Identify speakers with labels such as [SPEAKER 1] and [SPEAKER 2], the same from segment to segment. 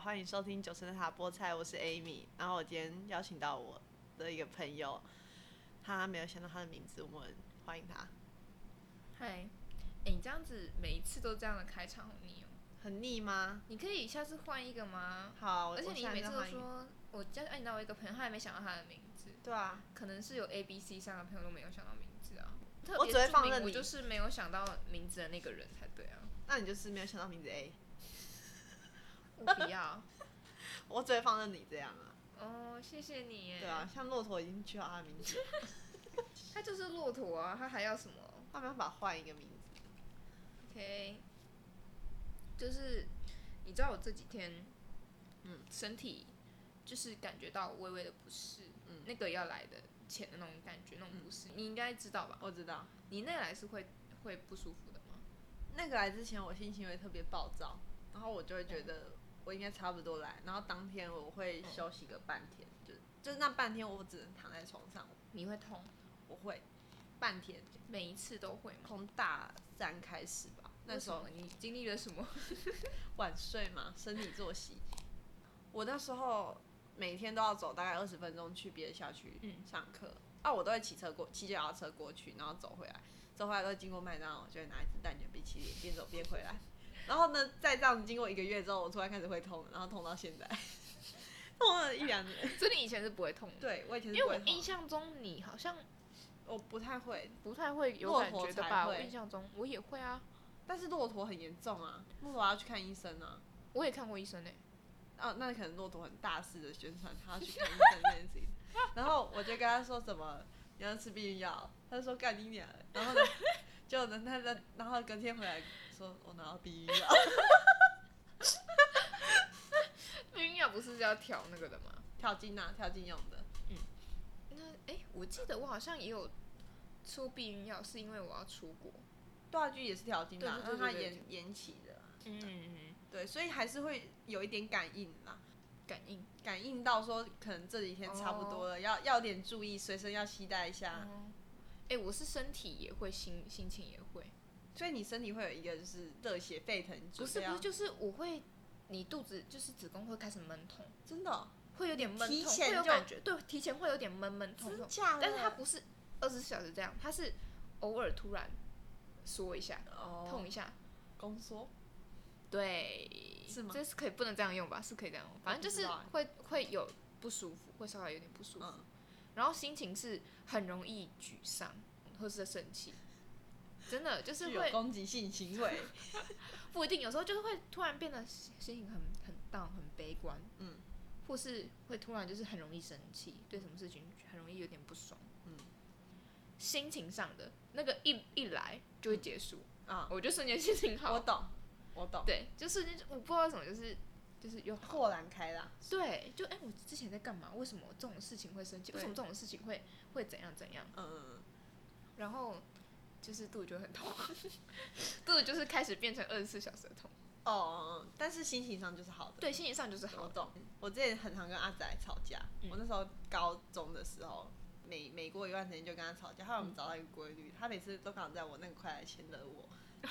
[SPEAKER 1] 欢迎收听九层塔菠菜，我是 Amy。然后我今天邀请到我的一个朋友，他没有想到他的名字，我们欢迎他。
[SPEAKER 2] 嗨，哎，你这样子每一次都这样的开场好腻哦。
[SPEAKER 1] 很腻吗？
[SPEAKER 2] 你可以下次换一个吗？
[SPEAKER 1] 啊好，我
[SPEAKER 2] 而且你
[SPEAKER 1] 我现在
[SPEAKER 2] 每次
[SPEAKER 1] 就
[SPEAKER 2] 都
[SPEAKER 1] 欢迎
[SPEAKER 2] 说，我加哎，你知道我一个朋友，他还没想到他的名字，
[SPEAKER 1] 对啊，
[SPEAKER 2] 可能是有 A、B、C 三个朋友都没有想到名字啊。特
[SPEAKER 1] 我
[SPEAKER 2] 别
[SPEAKER 1] 只会
[SPEAKER 2] 注
[SPEAKER 1] 放
[SPEAKER 2] 明
[SPEAKER 1] 任
[SPEAKER 2] 我
[SPEAKER 1] 你
[SPEAKER 2] 就是没有想到名字的那个人才对 啊。
[SPEAKER 1] 那你就是没有想到名字 A，
[SPEAKER 2] 我不要。
[SPEAKER 1] 我只会放任你这样啊。
[SPEAKER 2] 哦，谢谢你耶。
[SPEAKER 1] 对啊，，像骆驼已经取好他的名字，
[SPEAKER 2] 他就是骆驼啊，他还要什么？
[SPEAKER 1] 他没办法换一个名字。
[SPEAKER 2] OK，就是你知道我这几天，嗯，身体就是感觉到微微的不适，嗯，那个要来的前的那种感觉，那种不适，你应该知道吧？
[SPEAKER 1] 我知道，
[SPEAKER 2] 你那来是会会不舒服的吗？
[SPEAKER 1] 那个来之前我心情会特别暴躁，然后我就会觉得
[SPEAKER 2] 嗯
[SPEAKER 1] 我应该差不多来，然后当天我会休息个半天，就就是那半天我只能躺在床上，
[SPEAKER 2] 你会痛，
[SPEAKER 1] 我会半天，
[SPEAKER 2] 每一次都会吗？
[SPEAKER 1] 从大三开始吧，那
[SPEAKER 2] 为
[SPEAKER 1] 时
[SPEAKER 2] 什
[SPEAKER 1] 候
[SPEAKER 2] 么你经历了什么？
[SPEAKER 1] 晚睡嘛，生理作息。我那时候每天都要走大概二十分钟去别的校区
[SPEAKER 2] 嗯
[SPEAKER 1] 上课，啊，我都会骑车过，骑脚踏车过去，然后走回来，走回来都会经过麦当劳，我就会拿一只蛋卷冰淇淋边走边回来。然后呢，再这样子经过一个月之后，我突然开始会痛，然后痛到现在，痛了一两年。
[SPEAKER 2] 所以你以前是不会痛的，
[SPEAKER 1] 对，我以前
[SPEAKER 2] 因
[SPEAKER 1] 是
[SPEAKER 2] 为
[SPEAKER 1] 不
[SPEAKER 2] 我
[SPEAKER 1] 会痛
[SPEAKER 2] 印象中你好像
[SPEAKER 1] 我不太会，
[SPEAKER 2] 不太会有
[SPEAKER 1] 骆
[SPEAKER 2] 感
[SPEAKER 1] 驼
[SPEAKER 2] 觉的
[SPEAKER 1] 才
[SPEAKER 2] 吧？我
[SPEAKER 1] 会
[SPEAKER 2] 印象中我也会啊，
[SPEAKER 1] 但是骆驼很严重啊，骆驼要去看医生啊。
[SPEAKER 2] 我也看过医生呢、欸
[SPEAKER 1] 啊，那可能骆驼很大肆的宣传他要去看医 生这件事情，然后我就跟他说什么你要吃避孕药，他就说干你娘，然后呢，就呢他他然后隔天回来说我拿到避孕药，
[SPEAKER 2] 避孕药不是要调那个的吗？
[SPEAKER 1] 调经啊调经用的，
[SPEAKER 2] 那哎、我记得我好像也有出避孕药，是因为我要出国。
[SPEAKER 1] 对啊，就也是调经啊，
[SPEAKER 2] 对
[SPEAKER 1] 让
[SPEAKER 2] 对对
[SPEAKER 1] 它
[SPEAKER 2] 对
[SPEAKER 1] 延延期的啊，
[SPEAKER 2] 嗯嗯，
[SPEAKER 1] 对，所以还是会有一点感应啦，
[SPEAKER 2] 感应。
[SPEAKER 1] 感应到说可能这几天差不多了，要要点注意，随身要携带一下，
[SPEAKER 2] 哦哎、我是身体也会，心心情也会，
[SPEAKER 1] 所以你身体会有一个就是热血沸腾，
[SPEAKER 2] 不
[SPEAKER 1] 准
[SPEAKER 2] 是
[SPEAKER 1] 备
[SPEAKER 2] 不
[SPEAKER 1] 要
[SPEAKER 2] 是，就是我会，你肚子就是子宫会开始闷痛，
[SPEAKER 1] 真的哦，
[SPEAKER 2] 会有点闷
[SPEAKER 1] 提
[SPEAKER 2] 痛，
[SPEAKER 1] 前
[SPEAKER 2] 会有
[SPEAKER 1] 就
[SPEAKER 2] 感觉，对，提前会有点闷闷痛
[SPEAKER 1] 真
[SPEAKER 2] 痛，
[SPEAKER 1] 假的？
[SPEAKER 2] 哦但是它不是二十四小时这样，它是偶尔突然缩一下，
[SPEAKER 1] 哦
[SPEAKER 2] 痛一下，
[SPEAKER 1] 宫缩。
[SPEAKER 2] 对，
[SPEAKER 1] 是吗
[SPEAKER 2] 这是可以不能这样用吧？是可以这样用，反正就
[SPEAKER 1] 我不知
[SPEAKER 2] 是
[SPEAKER 1] 道欸
[SPEAKER 2] 会会有不舒服，会稍微有点不舒服。
[SPEAKER 1] 嗯
[SPEAKER 2] 然后心情是很容易沮丧或是生气，真的就
[SPEAKER 1] 具
[SPEAKER 2] 是
[SPEAKER 1] 有
[SPEAKER 2] 会
[SPEAKER 1] 攻击性行为。
[SPEAKER 2] 不一定，有时候就是会突然变得心心情很很 down 很悲观，
[SPEAKER 1] 嗯，
[SPEAKER 2] 或是会突然就是很容易生气，对什么事情很容易有点不爽，
[SPEAKER 1] 嗯，
[SPEAKER 2] 心情上的那个一一来就会结束，
[SPEAKER 1] 啊，
[SPEAKER 2] 我就瞬间心情
[SPEAKER 1] 我
[SPEAKER 2] 好，
[SPEAKER 1] 懂，我懂，
[SPEAKER 2] 对，就瞬间就我不知道为什么就是就是又好，
[SPEAKER 1] 豁然开朗。
[SPEAKER 2] 对，就哎、我之前在干嘛？为什么这种事情会生气？为什么这种事情会会怎样怎样？
[SPEAKER 1] 嗯，
[SPEAKER 2] 然后就是肚子就很痛， 肚子就是开始变成二十四小时的痛。
[SPEAKER 1] 哦，但是心情上就是好的。
[SPEAKER 2] 对，心理上就是好
[SPEAKER 1] 我
[SPEAKER 2] 的。
[SPEAKER 1] 懂。我之前很常跟阿仔吵架，
[SPEAKER 2] 嗯
[SPEAKER 1] 我那时候高中的时候。每每过一段时间就跟他吵架，后来我们找到一个规律，
[SPEAKER 2] 嗯
[SPEAKER 1] 他每次都刚好在我那个快来前惹 我，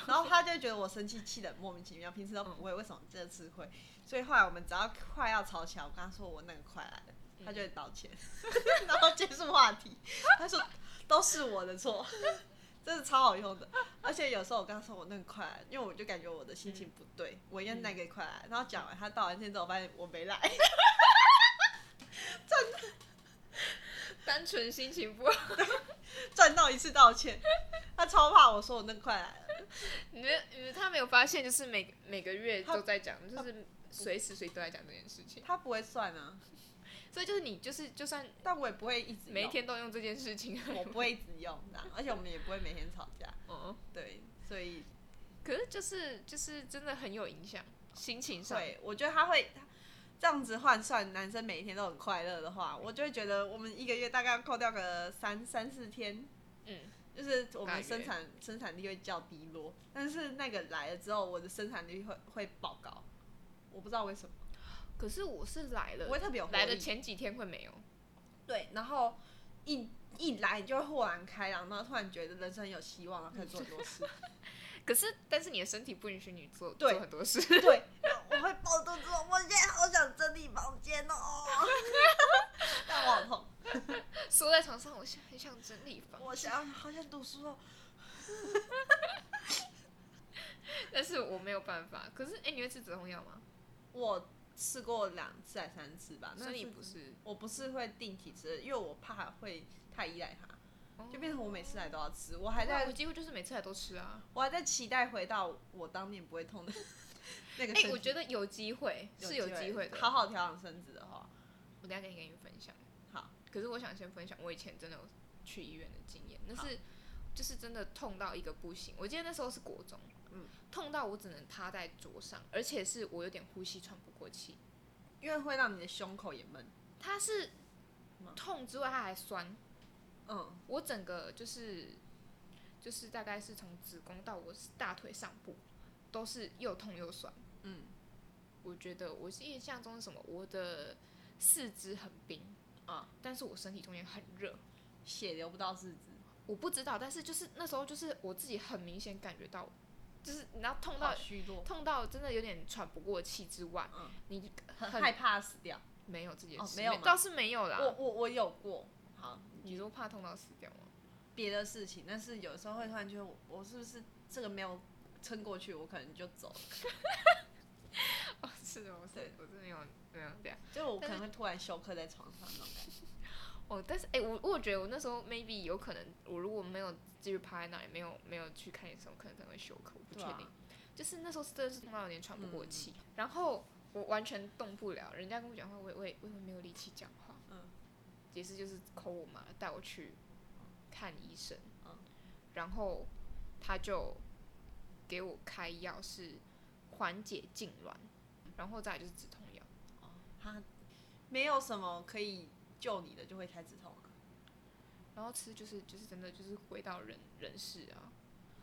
[SPEAKER 1] 然后他就觉得我生气气的莫名其妙，平时都不会，为什么这次会？所以后来我们只要快要吵起来，我跟他说我那个快来了，
[SPEAKER 2] 嗯
[SPEAKER 1] 他就会道歉， 然后结束话题。他说都是我的错， 真的超好用的。而且有时候我跟他说我那个快来，因为我就感觉我的心情不对，我应该那个快来。然后讲完他道完歉之后，我发现我没来，
[SPEAKER 2] 单纯心情不好，
[SPEAKER 1] 赚到一次道歉。他超怕我说我那个快来了，
[SPEAKER 2] 你们你们他没有发现，就是每每个月
[SPEAKER 1] 他
[SPEAKER 2] 都在讲，就是随时随地都在讲这件事情。
[SPEAKER 1] 他不会算啊，
[SPEAKER 2] 所以就是你就是就算
[SPEAKER 1] 但我也不会一直用
[SPEAKER 2] 每一，天都用这件事情，
[SPEAKER 1] 我不会一直用的，而且我们也不会每天吵架，
[SPEAKER 2] 嗯，
[SPEAKER 1] 对，所以
[SPEAKER 2] 可是就是就是真的很有影响心情上。
[SPEAKER 1] 对，我觉得他会他这样子换算，男生每一天都很快乐的话，我就会觉得我们一个月大概要扣掉个三三四天，
[SPEAKER 2] 嗯，
[SPEAKER 1] 就是我
[SPEAKER 2] 大
[SPEAKER 1] 们
[SPEAKER 2] 约
[SPEAKER 1] 生产生产力会较低落，但是那个来了之后，我的生产力会会爆高，我不知道为什么，
[SPEAKER 2] 可是我是来
[SPEAKER 1] 我
[SPEAKER 2] 了
[SPEAKER 1] 会，特别有活
[SPEAKER 2] 来的
[SPEAKER 1] 力
[SPEAKER 2] 前几天会没有，
[SPEAKER 1] 对，然后一一来你就会豁然开朗，然后突然觉得人生有希 望，然后可以做很多事。
[SPEAKER 2] 可是但是你的身体不允许你做
[SPEAKER 1] 对
[SPEAKER 2] 做很多事。
[SPEAKER 1] 对，我会抱肚子，我现在好想整理房间哦， 但我好痛，
[SPEAKER 2] 缩在床上，我想很想整理房
[SPEAKER 1] 我
[SPEAKER 2] 间，
[SPEAKER 1] 想好想读书哦。
[SPEAKER 2] 但是我没有办法。可是，哎、你会吃止痛药吗？
[SPEAKER 1] 我试过两次还三次吧，啊那
[SPEAKER 2] 所以你
[SPEAKER 1] 是
[SPEAKER 2] 不是，
[SPEAKER 1] 我不是会定期吃，因为我怕会太依赖它，
[SPEAKER 2] 哦
[SPEAKER 1] 就变成我每次来都要吃。我
[SPEAKER 2] 我
[SPEAKER 1] 还
[SPEAKER 2] 我
[SPEAKER 1] 在
[SPEAKER 2] 几乎就是每次来都吃啊。
[SPEAKER 1] 我还在期待回到我当年不会痛的 那个
[SPEAKER 2] 哎、
[SPEAKER 1] 身体。
[SPEAKER 2] 我觉得有机会是有机会的。
[SPEAKER 1] 好，好调养身子的话，
[SPEAKER 2] 我等一下跟你跟你分享。
[SPEAKER 1] 好，
[SPEAKER 2] 可是我想先分享我以前真的有去医院的经验，那
[SPEAKER 1] 好
[SPEAKER 2] 是就是真的痛到一个不行。我记得那时候是国中，
[SPEAKER 1] 嗯，
[SPEAKER 2] 痛到我只能趴在桌上，而且是我有点呼吸喘不过气。
[SPEAKER 1] 因为会让你的胸口也闷。
[SPEAKER 2] 它是
[SPEAKER 1] 什么
[SPEAKER 2] 痛之外，它还酸。
[SPEAKER 1] 嗯，
[SPEAKER 2] 我整个就是就是大概是从子宫到我大腿上部都是又痛又酸。
[SPEAKER 1] 嗯，
[SPEAKER 2] 我觉得我是印象中是什么，我的四肢很冰
[SPEAKER 1] 啊，
[SPEAKER 2] 但是我身体中间很热。
[SPEAKER 1] 血流不到四肢，
[SPEAKER 2] 我不知道，但是就是那时候就是我自己很明显感觉到，就是你知道痛
[SPEAKER 1] 好
[SPEAKER 2] 到
[SPEAKER 1] 虚弱，
[SPEAKER 2] 痛到真的有点喘不过气之外，
[SPEAKER 1] 嗯
[SPEAKER 2] 你
[SPEAKER 1] 很
[SPEAKER 2] 很
[SPEAKER 1] 害怕死掉。
[SPEAKER 2] 没有这件
[SPEAKER 1] 哦
[SPEAKER 2] 事，
[SPEAKER 1] 没有吗
[SPEAKER 2] 倒是没有啦。
[SPEAKER 1] 我我我有过，好
[SPEAKER 2] 你说怕痛到死掉吗？
[SPEAKER 1] 别的事情，但是有时候会突然觉得我我是不是这个没有撑过去，我可能就走了，
[SPEAKER 2] 哦，是的，我是
[SPEAKER 1] 对
[SPEAKER 2] 我真的没有没有这样。
[SPEAKER 1] 就我可能会突然休克在床上那种感觉。
[SPEAKER 2] 哦，但是哎、我我觉得我那时候 maybe 有可能，我如果没有继续趴在那里，没有没有去看医生，我可能可能会休克，我不确
[SPEAKER 1] 对啊嗯
[SPEAKER 2] 定。就是那时候真的是痛到有点喘不过气，然后我完全动不了，人家跟我讲话，我也我也我也没有力气讲话。
[SPEAKER 1] 嗯，
[SPEAKER 2] 也是就是扣我妈带我去看医生，
[SPEAKER 1] 嗯
[SPEAKER 2] 然后他就给我开药是缓解痉挛，然后再来就是止痛药。
[SPEAKER 1] 哦，他没有什么可以救你的，就会开止痛啊，
[SPEAKER 2] 然后吃就是就是真的就是回到人人世啊，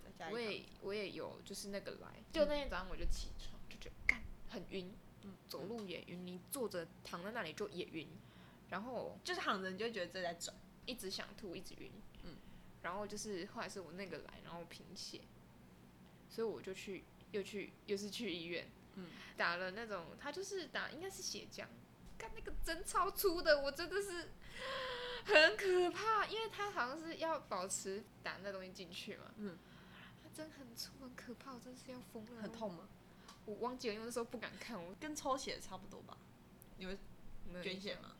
[SPEAKER 1] 再加一
[SPEAKER 2] 我
[SPEAKER 1] 堂
[SPEAKER 2] 也我也有，就是那个来，就那天早上我就起床，就觉得干很晕，嗯走路也晕，你坐着躺在那里就也晕，然后
[SPEAKER 1] 就是躺着你就会觉得这在转，
[SPEAKER 2] 一直想吐，一直晕，
[SPEAKER 1] 嗯，
[SPEAKER 2] 然后就是后来是我那个来，然后贫血，所以我就去又去又是去医院，
[SPEAKER 1] 嗯，
[SPEAKER 2] 打了那种他就是打应该是血浆，干那个针超粗的，我真的是很可怕，因为他好像是要保持打那东西进去嘛，
[SPEAKER 1] 嗯，
[SPEAKER 2] 他针很粗很可怕，我真是要疯了，
[SPEAKER 1] 很，痛吗？
[SPEAKER 2] 我忘记了，因为那时候不敢看，我
[SPEAKER 1] 跟抽血差不多吧？你会
[SPEAKER 2] 没有
[SPEAKER 1] 捐
[SPEAKER 2] 印
[SPEAKER 1] 血
[SPEAKER 2] 象
[SPEAKER 1] 吗？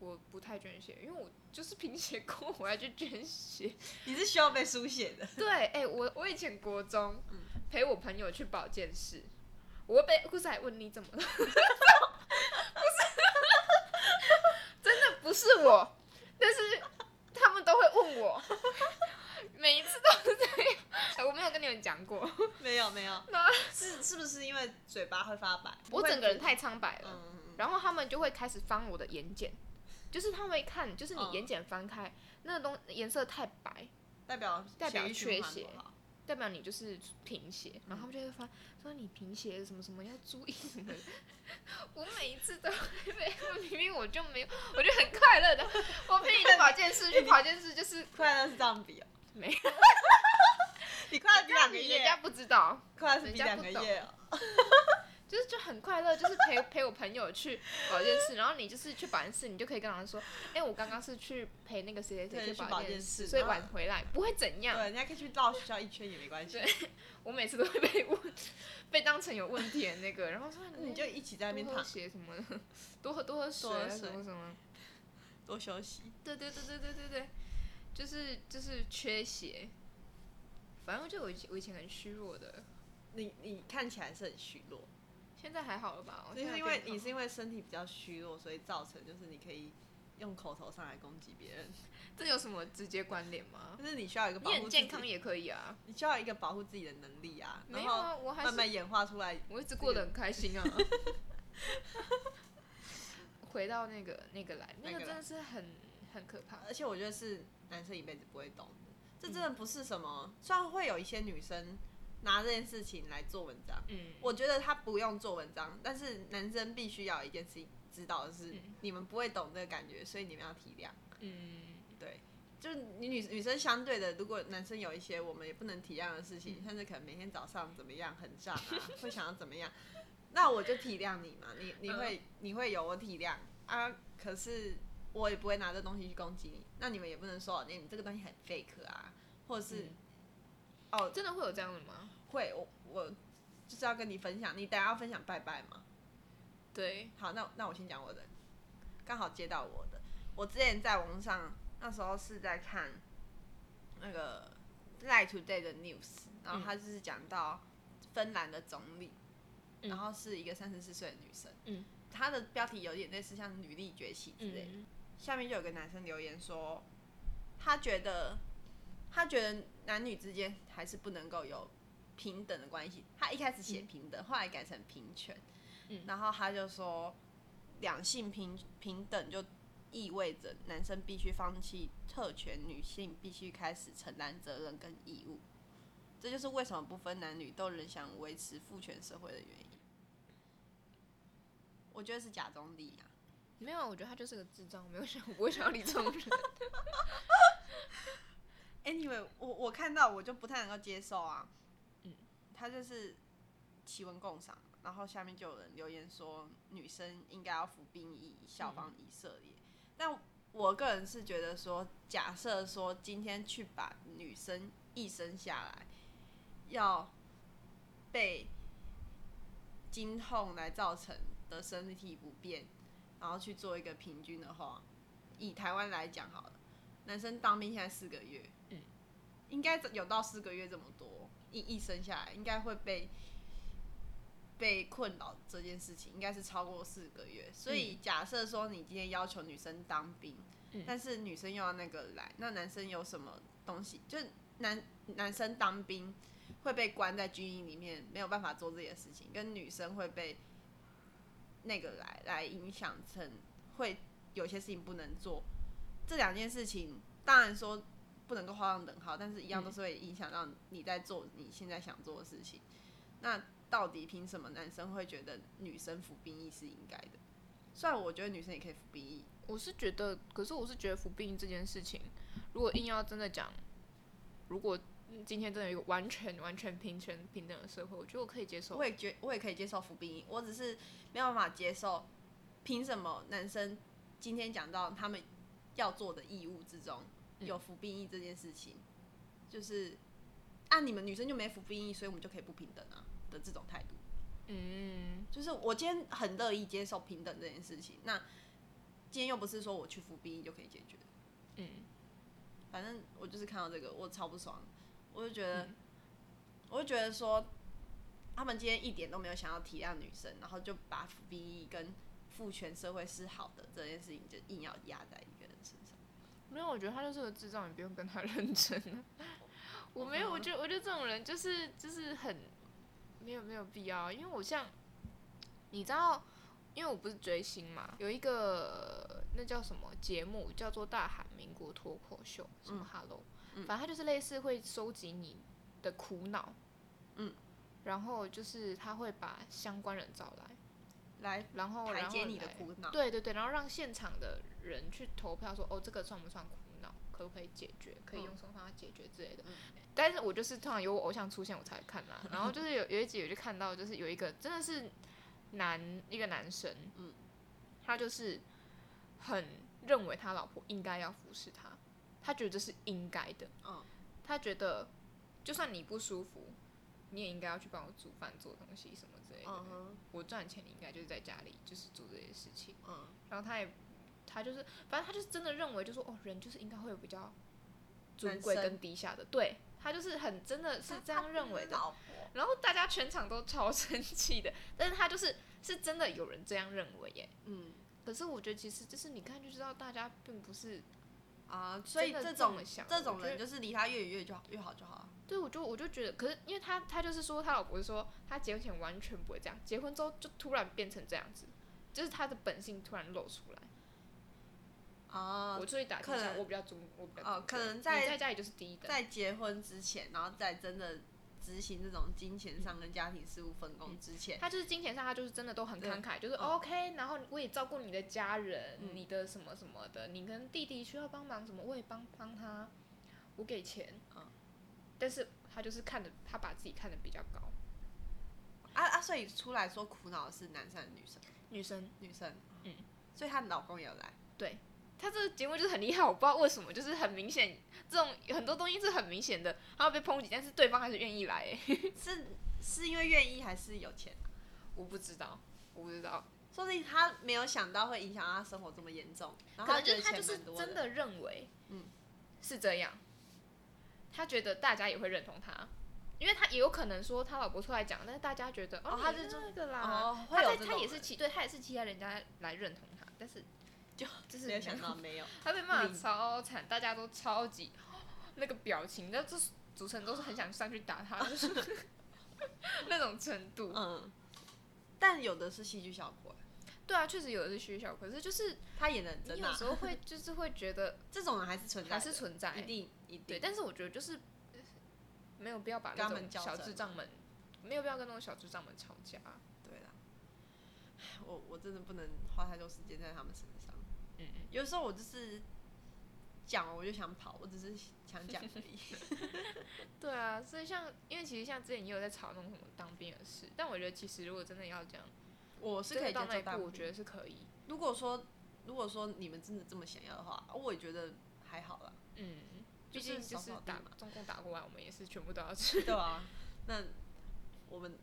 [SPEAKER 2] 我不太捐血，因为我就是贫血过，我还去捐血。
[SPEAKER 1] 你是需要被输血 的，
[SPEAKER 2] 对，哎、我我以前国中、陪我朋友去保健室，我会被护士还问你怎么了，不是， 真的不是我，但是他们都会问我，每一次都是这样。哎我没有跟你们讲过，
[SPEAKER 1] 没有没有
[SPEAKER 2] 那，
[SPEAKER 1] 是是不是因为嘴巴会发白？
[SPEAKER 2] 我整个人太苍白了，
[SPEAKER 1] 嗯嗯嗯
[SPEAKER 2] 然后他们就会开始翻我的眼睑，就是他们会看，就是你
[SPEAKER 1] 嗯
[SPEAKER 2] 眼睑翻开，那个东颜色太白，
[SPEAKER 1] 嗯代表
[SPEAKER 2] 代表
[SPEAKER 1] 血液循环
[SPEAKER 2] 缺血
[SPEAKER 1] 不好
[SPEAKER 2] 代表你就是贫血，然后他们就会发说你贫血什么什么要注意什么的。我每一次都会被，明明我就没有，我就很快乐的。我陪你去保健室，去保健室 就是
[SPEAKER 1] 快乐是这样比哦，
[SPEAKER 2] 没有，
[SPEAKER 1] 你快乐比两个
[SPEAKER 2] 人家
[SPEAKER 1] 月，
[SPEAKER 2] 不知道，
[SPEAKER 1] 快乐是比两个
[SPEAKER 2] 人
[SPEAKER 1] 月哦。
[SPEAKER 2] 就是就很快乐，就是陪陪我朋友去保健室，然后你就是去保健室，你就可以跟老师说，哎、我刚刚是去陪那个谁谁
[SPEAKER 1] 对
[SPEAKER 2] 谁
[SPEAKER 1] 去
[SPEAKER 2] 保
[SPEAKER 1] 保健
[SPEAKER 2] 室，
[SPEAKER 1] 室
[SPEAKER 2] 所以
[SPEAKER 1] 然后
[SPEAKER 2] 晚回来不会怎样
[SPEAKER 1] 对，。人家可以去绕学校一圈也没关系，
[SPEAKER 2] 我每次都会被问， 被当成有问题的那个，然后说
[SPEAKER 1] 你就一起在那边
[SPEAKER 2] 多喝
[SPEAKER 1] 躺，
[SPEAKER 2] 血什么的，多喝多喝水
[SPEAKER 1] 多
[SPEAKER 2] 啊
[SPEAKER 1] 喝水
[SPEAKER 2] 什么什么。
[SPEAKER 1] 多休息。
[SPEAKER 2] 对对对对对对对，就是就是缺血。反正就我以前我以前很虚弱的，
[SPEAKER 1] 你你看起来是很虚弱，
[SPEAKER 2] 现在还好了吧？我
[SPEAKER 1] 就
[SPEAKER 2] 哦现在
[SPEAKER 1] 是因为
[SPEAKER 2] 变
[SPEAKER 1] 你
[SPEAKER 2] 胖
[SPEAKER 1] 是因为身体比较虚弱，所以造成就是你可以用口头上来攻击别人，
[SPEAKER 2] 这有什么直接关联吗？
[SPEAKER 1] 就是你需要一个保
[SPEAKER 2] 你
[SPEAKER 1] 护
[SPEAKER 2] 很
[SPEAKER 1] 自己
[SPEAKER 2] 健康，也可以啊。
[SPEAKER 1] 你需要一个保护自己的能力啊，
[SPEAKER 2] 没
[SPEAKER 1] 然
[SPEAKER 2] 有
[SPEAKER 1] 后
[SPEAKER 2] 啊，我还
[SPEAKER 1] 慢
[SPEAKER 2] 是
[SPEAKER 1] 慢演化出来。
[SPEAKER 2] 我一直过得很开 心啊。回到那个那个来，那
[SPEAKER 1] 那个
[SPEAKER 2] 个真
[SPEAKER 1] 来呃
[SPEAKER 2] 的是很很可怕。
[SPEAKER 1] 而且我觉得是男生一辈子不会懂的，这真的不是什么，虽然会有一些女生拿这件事情来做文章。
[SPEAKER 2] 嗯，
[SPEAKER 1] 我觉得他不用做文章，但是男生必须要有一件事情知道的是，
[SPEAKER 2] 嗯
[SPEAKER 1] 你们不会懂这个感觉，所以你们要体谅。
[SPEAKER 2] 嗯，
[SPEAKER 1] 对，就是你女女生相对的，如果男生有一些我们也不能体谅的事情，像是可能每天早上怎么样很胀啊，会想要怎么样，那我就体谅你嘛，你你会、你会有我体谅啊，可是我也不会拿这东西去攻击你，那你们也不能说哎你你这个东西很 fake 啊，或者是、
[SPEAKER 2] 嗯
[SPEAKER 1] 哦
[SPEAKER 2] 真的会有这样的吗？
[SPEAKER 1] 会我我就是要跟你分享，你等下要分享拜拜嘛。
[SPEAKER 2] 对，
[SPEAKER 1] 好，那那我先讲我的，刚好接到我的。我之前在网上那时候是在看那个 Light Today 的 news，然后他就是讲到芬兰的总理，
[SPEAKER 2] 嗯
[SPEAKER 1] 然后是一个三十四岁的女生，
[SPEAKER 2] 嗯，
[SPEAKER 1] 她的标题有点类似像女力崛起之类的。
[SPEAKER 2] 嗯，
[SPEAKER 1] 下面就有个男生留言说，他觉得他觉得男女之间还是不能够有平等的关系。他一开始写平等，后来改成平权。
[SPEAKER 2] 嗯
[SPEAKER 1] 然后他就说，两性平平等就意味着男生必须放弃特权，女性必须开始承担责任跟义务。这就是为什么不分男女都仍想维持父权社会的原因。我觉得是假中立啊。
[SPEAKER 2] 没有，我觉得他就是个智障，我没有想，我不会想要理这种人。
[SPEAKER 1] Anyway，我我看到我就不太能够接受啊。嗯，他就是奇闻共赏，然后下面就有人留言说女生应该要服兵役，效仿以色列。但我个人是觉得说，假设说今天去把女生一生下来，要被经痛来造成的身体不便，然后去做一个平均的话，以台湾来讲好了，男生当兵现在四个月，
[SPEAKER 2] 嗯，
[SPEAKER 1] 应该有到四个月这么多，一一生下来应该会被被困扰这件事情，应该是超过四个月。所以假设说你今天要求女生当兵，
[SPEAKER 2] 嗯
[SPEAKER 1] 但是女生又要那个来，那男生有什么东西？就是男男生当兵会被关在军营里面，没有办法做自己的事情，跟女生会被那个来来影响成会有些事情不能做。这两件事情，当然说不能够画上等号，但是一样都是会影响到你在做你现在想做的事情。那到底凭什么男生会觉得女生服兵役是应该的？虽然我觉得女生也可以服兵役，
[SPEAKER 2] 我是觉得，可是我是觉得服兵役这件事情，如果硬要真的讲，如果嗯今天真的有一个完全完全平权平等的社会，我觉得我可以接受
[SPEAKER 1] 我。也觉我也可以接受服兵役，我只是没有办法接受，凭什么男生今天讲到他们要做的义务之中有服兵役这件事情，就是按、啊、你们女生就没服兵役，所以我们就可以不平等啊的这种态度。
[SPEAKER 2] 嗯，
[SPEAKER 1] 就是我今天很乐意接受平等这件事情，那今天又不是说我去服兵役就可以解决。
[SPEAKER 2] 嗯，
[SPEAKER 1] 反正我就是看到这个，我超不爽，我就觉得，我就觉得说，他们今天一点都没有想要体谅女生，然后就把服兵役跟父权社会是好的这件事情，就硬要压在一个人身上。
[SPEAKER 2] 没有，我觉得他就是个智障，你不用跟他认真啊。 我没有，
[SPEAKER 1] 我
[SPEAKER 2] 我觉得我觉得这种人就是就是很没有没有必要，因为我像你知道，因为我不是追星嘛，有一个那叫什么节目叫做《大韩民国脱口秀》，什
[SPEAKER 1] 嗯
[SPEAKER 2] 么 Hello，、反正他就是类似会收集你的苦恼，
[SPEAKER 1] 嗯，
[SPEAKER 2] 然后就是他会把相关人找来，
[SPEAKER 1] 来
[SPEAKER 2] 然后
[SPEAKER 1] 排
[SPEAKER 2] 哦然后
[SPEAKER 1] 解你的
[SPEAKER 2] 来
[SPEAKER 1] 苦恼，
[SPEAKER 2] 对对对，然后让现场的人去投票说，哦，这个算不算苦恼，可不可以解决，可以
[SPEAKER 1] 嗯
[SPEAKER 2] 用什么方法解决之类的。但是我就是通常有我偶像出现我才会看啦，然后就是有有一集我就看到，就是有一个真的是男一个男生，
[SPEAKER 1] 嗯
[SPEAKER 2] 他就是很认为他老婆应该要服侍他，他觉得这是应该的，
[SPEAKER 1] 嗯
[SPEAKER 2] 他觉得就算你不舒服，你也应该要去帮我煮饭做东西什么之类的，
[SPEAKER 1] 嗯哼，
[SPEAKER 2] 我赚钱你应该就是在家里就是做这些事情。
[SPEAKER 1] 嗯，
[SPEAKER 2] 然后他也他就是，反正他就是真的认为，就说哦，人就是应该会有比较尊
[SPEAKER 1] 男
[SPEAKER 2] 贵
[SPEAKER 1] 生
[SPEAKER 2] 跟低下的，对他就是很真的是这样认为的。
[SPEAKER 1] 老婆，
[SPEAKER 2] 然后大家全场都超 生气的，但是他就是是真的有人这样认为耶。
[SPEAKER 1] 嗯
[SPEAKER 2] 可是我觉得其实就是你看就知道，大家并不是
[SPEAKER 1] 啊，所以
[SPEAKER 2] 真的
[SPEAKER 1] 这
[SPEAKER 2] 这
[SPEAKER 1] 种
[SPEAKER 2] 么想
[SPEAKER 1] 这种
[SPEAKER 2] 我觉
[SPEAKER 1] 人
[SPEAKER 2] 得
[SPEAKER 1] 就是离他越远越就好越好就好啊。
[SPEAKER 2] 对我就我就觉得，可是因为他他就是说他老婆说他结婚前完全不会这样，结婚之后就突然变成这样子，就是他的本性突然露出来。
[SPEAKER 1] 啊
[SPEAKER 2] 我，出去打
[SPEAKER 1] 哦可
[SPEAKER 2] 听一下，
[SPEAKER 1] 能
[SPEAKER 2] 我比较尊，我比较
[SPEAKER 1] 哦
[SPEAKER 2] 尊
[SPEAKER 1] 可
[SPEAKER 2] 贵
[SPEAKER 1] 能
[SPEAKER 2] 你
[SPEAKER 1] 在
[SPEAKER 2] 在家里就是低等。
[SPEAKER 1] 在结婚之前，然后在真的执行这种金钱上跟家庭事务分工之前，
[SPEAKER 2] 他就是金钱上，他就是真的都很慷慨，就是
[SPEAKER 1] 嗯
[SPEAKER 2] OK，、然后我也照顾你的家人，
[SPEAKER 1] 嗯
[SPEAKER 2] 你的什么什么的，你跟弟弟需要帮忙什么，我也帮帮他，我给钱，
[SPEAKER 1] 嗯
[SPEAKER 2] 但是他就是看的，他把自己看的比较高，
[SPEAKER 1] 啊啊，所以出来说苦恼的是男生还是女生？
[SPEAKER 2] 女生，
[SPEAKER 1] 女生，
[SPEAKER 2] 嗯，
[SPEAKER 1] 所以她老公也有来，
[SPEAKER 2] 他这个节目就是很厉害，我不知道为什么，就是很明显，这种很多东西是很明显的，他要被抨击，但是对方还是愿意来，哎，
[SPEAKER 1] 是是因为愿意还是有钱？
[SPEAKER 2] 我不知道，我不知道，
[SPEAKER 1] 说不定他没有想到会影响到他生活这么严重，然后
[SPEAKER 2] 可能就
[SPEAKER 1] 觉得
[SPEAKER 2] 是他
[SPEAKER 1] 钱
[SPEAKER 2] 就是
[SPEAKER 1] 蛮多
[SPEAKER 2] 真
[SPEAKER 1] 的，
[SPEAKER 2] 的认为，
[SPEAKER 1] 嗯，
[SPEAKER 2] 是这样，他觉得大家也会认同他，因为他也有可能说他老婆出来讲，但是大家觉得
[SPEAKER 1] 哦
[SPEAKER 2] 哦，
[SPEAKER 1] 他
[SPEAKER 2] 你
[SPEAKER 1] 就
[SPEAKER 2] 那个啦，
[SPEAKER 1] 哦，
[SPEAKER 2] 他
[SPEAKER 1] 会有
[SPEAKER 2] 在
[SPEAKER 1] 这
[SPEAKER 2] 他
[SPEAKER 1] 种
[SPEAKER 2] 也是
[SPEAKER 1] 人
[SPEAKER 2] 期对他也是期待人家来认同他，但是
[SPEAKER 1] 就
[SPEAKER 2] 就是
[SPEAKER 1] 没有
[SPEAKER 2] 没
[SPEAKER 1] 想
[SPEAKER 2] 有
[SPEAKER 1] 到 没有，
[SPEAKER 2] 他被骂的超惨，大家都超级那个表情，那就是主持人都是很想上去打他，就是 那种程度。
[SPEAKER 1] 嗯，但有的是戏剧效果，
[SPEAKER 2] 对啊，确实有的是虚效，可是就是
[SPEAKER 1] 他演的很
[SPEAKER 2] 你
[SPEAKER 1] 真
[SPEAKER 2] 有
[SPEAKER 1] 啊，
[SPEAKER 2] 时候会就是会觉得
[SPEAKER 1] 这种人还是存在的，
[SPEAKER 2] 还是存在
[SPEAKER 1] 一，定一定，
[SPEAKER 2] 对，但是我觉得就是呃没有必要把
[SPEAKER 1] 跟
[SPEAKER 2] 那
[SPEAKER 1] 他们
[SPEAKER 2] 种
[SPEAKER 1] 较
[SPEAKER 2] 小
[SPEAKER 1] 真
[SPEAKER 2] 智障们，没有必要跟那种小智障们吵架。
[SPEAKER 1] 对啦，我我真的不能花太多时间在他们身上，
[SPEAKER 2] 嗯嗯，
[SPEAKER 1] 有时候我就是讲了我就想跑，我只是想讲而 已，
[SPEAKER 2] 对啊，所以像因为其实像之前也有在吵那种什么当兵的事，但我觉得其实如果真的要这样，
[SPEAKER 1] 我是
[SPEAKER 2] 真
[SPEAKER 1] 可
[SPEAKER 2] 的
[SPEAKER 1] 以
[SPEAKER 2] 到
[SPEAKER 1] 接
[SPEAKER 2] 那
[SPEAKER 1] 受
[SPEAKER 2] 一
[SPEAKER 1] 大
[SPEAKER 2] 步，
[SPEAKER 1] 部
[SPEAKER 2] 我
[SPEAKER 1] 分
[SPEAKER 2] 觉得是可以。
[SPEAKER 1] 如果说如果说你们真的这么想要的话，我也觉得还好 啦，
[SPEAKER 2] 嗯，
[SPEAKER 1] 就
[SPEAKER 2] 毕
[SPEAKER 1] 是
[SPEAKER 2] 竟
[SPEAKER 1] 扫
[SPEAKER 2] 就是
[SPEAKER 1] 扫地
[SPEAKER 2] 打
[SPEAKER 1] 嘛
[SPEAKER 2] 中共打过来，我们也是全部都要吃。
[SPEAKER 1] 对啊，那我们